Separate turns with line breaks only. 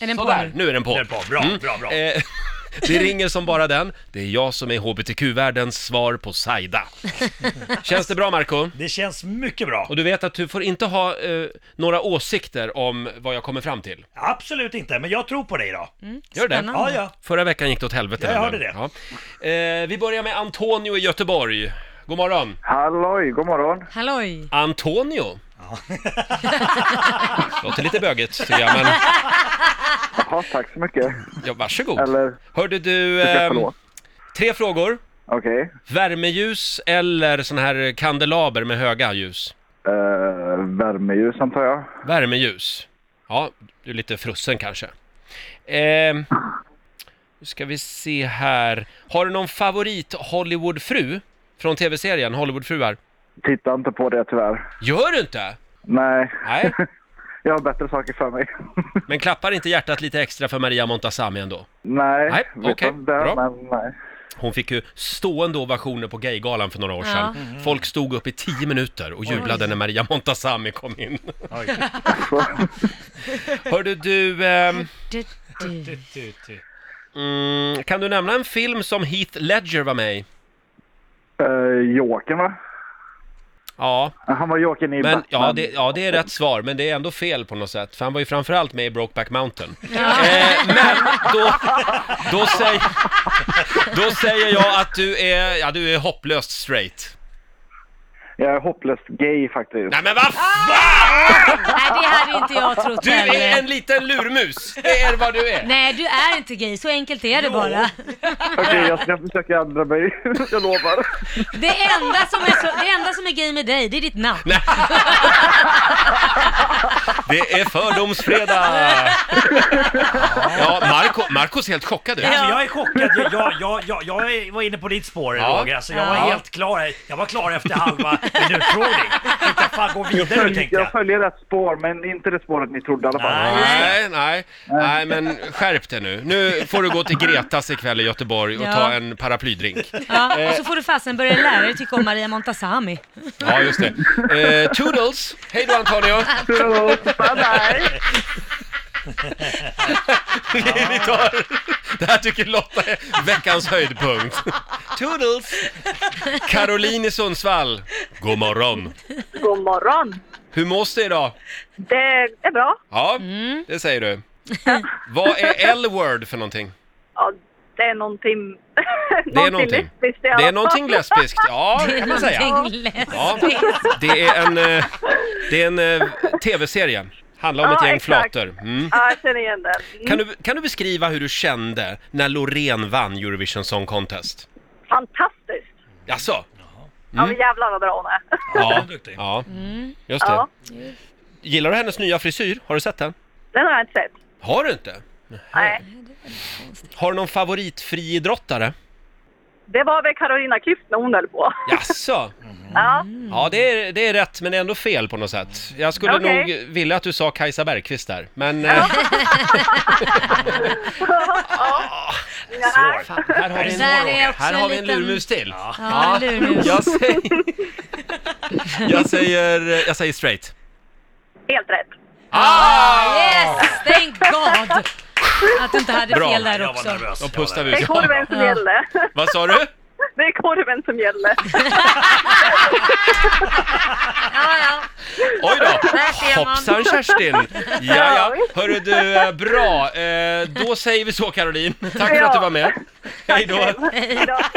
Är den på
Sådär,
nu?
nu är den på.
Den är på. Bra, bra, bra.
Eh, det ringer som bara den. Det är jag som är hbtq-världens svar på Saida. Känns det bra, Marco?
Det känns mycket bra.
Och du vet att du får inte ha eh, några åsikter om vad jag kommer fram till.
Absolut inte, men jag tror på dig idag.
Mm.
Gör det?
Spännande.
Ja, ja.
Förra veckan gick det åt helvete.
Ja, jag
nämligen.
hörde
Ja. Eh, vi börjar med Antonio i Göteborg. God morgon.
Halloj, god morgon.
Halloj!
Antonio? Låter lite bögigt, tycker jag, men
Jaha, tack så mycket.
ja, varsågod.
Eller,
Hörde du,
ja,
ehm,
förlåt.
tre frågor.
Okej.
Värmeljus eller sån här kandelaber med höga ljus?
Eh, värmeljus antar jag.
Värmeljus. Ja, du är lite frusen kanske. Ehm, nu ska vi se här. Har du någon favorit Hollywoodfru från tv-serien Hollywoodfruar?
Tittar inte på det tyvärr.
Gör du inte?
Nej,
Nej,
jag har bättre saker för mig.
men klappar inte hjärtat lite extra för Maria Montazami ändå?
nej,
Nej,
vet
okej,
om det,
bra.
men nej.
Hon fick ju stående ovationer på Gaygalan för några år
Ja.
sedan. Folk stod upp i tio minuter och jublade när Maria Montazami kom in.
Oj.
Hörde du, ehm,
Du, du.
Tu, tu.
mm, kan du nämna en film som Heath Ledger var med i?
Uh, Jokern va?
Ja,
Han var Jokern i
men,
Batman.
ja, det, ja, det är rätt svar, men det är ändå fel på något sätt. För han var ju framförallt med i Brokeback Mountain. Eh, men då, då, säg, då säger jag att du är, ja, du är hopplöst straight.
Jag är hopplöst gay faktiskt.
Nej men vad fan!
Nej, det hade inte jag trott
Du är en
heller.
liten lurmus! Det är vad du är!
Nej, du är inte gay. Så enkelt är det bara.
Okej, jag ska försöka ändra mig. jag lovar.
Det enda, som är så, det enda som är gay med dig, det är ditt namn.
Det är fördomsfredag! Ja, Marco, Marcos är helt chockad ut.
Alltså, jag är chockad. Jag, jag, jag, jag, jag är- var inne på ditt spår
Ja.
Roger. Alltså, jag var
Ja.
helt klar. Jag var klar efter halva minutfrågning. Jag tänkte, fan gå vidare nu
Följ,
tänkte
jag
jag.
följer rätt spår, men inte det spåret ni trodde i alla fall.
Nej.
Nej, nej, nej, men skärp dig nu. Nu får du gå till Gretas ikväll i Göteborg och
Ja.
ta en paraplydrink.
Ja,
Eh.
och så får du fasen börja en lärare tycka om Maria Montazami.
Ja, just det. Eh, toodles! Hej då Antonio!
Toodles, Bye-bye!
Vi tar... Det här tycker Lotta är veckans höjdpunkt. Toodles! Caroline i Sundsvall. God morgon!
God morgon.
Hur mås det idag?
Det är bra.
Ja, det säger du. Vad är L-word för någonting?
Ja, det är någonting...
Det är någonting.
lesbiskt i alla
Det är
fall.
någonting lesbiskt, ja,
Det
det
är
kan man säga.
någonting läskigt.
Ja, det är en, eh, det är en eh, tv-serie. Handlar om
Ja,
ett gäng
exakt.
flator. Mm.
Ja, jag känner igen den. Mm.
Kan, du, kan du beskriva hur du kände när Loreen vann Eurovision Song Contest?
Mm, Fantastiskt.
Jaså? Mm.
Ja, men jävlar vad bra hon är.
Ja,
är duktig.
ja. just det.
Mm. Ja,
Gillar du hennes nya frisyr? Har du sett den?
den har jag inte sett.
Har du inte?
Nej,
Har du någon favoritfriidrottare?
det var väl Carolina Klüft när hon höll på.
Jaså?
Ja,
Ja, det är, det är rätt, men det är ändå fel på något sätt. Jag skulle
Okej.
nog vilja att du sa Kajsa Bergqvist där, men... eh,
nej.
Fan, här har vi en,
Det där är också
här har vi en
liten-
lurmus till.
Ja, lurmus.
Jag säger... jag, säger eh, jag säger straight.
helt rätt.
Ah!
Yes, thank God! Att du inte hade
Bra.
fel där
Jag var
också.
nervös.
Då
Jag var
pustar vi
Det är
ut.
korven som
Ja.
gäller.
Vad sa du?
Det är korven som gäller.
Ja, ja.
Oj då!
Där ser man.
Hoppsan Kerstin! Ja, ja. Hörru du, eh, bra. Eh, då säger vi så Caroline. Tack för att du var med. Hej då!
Idag.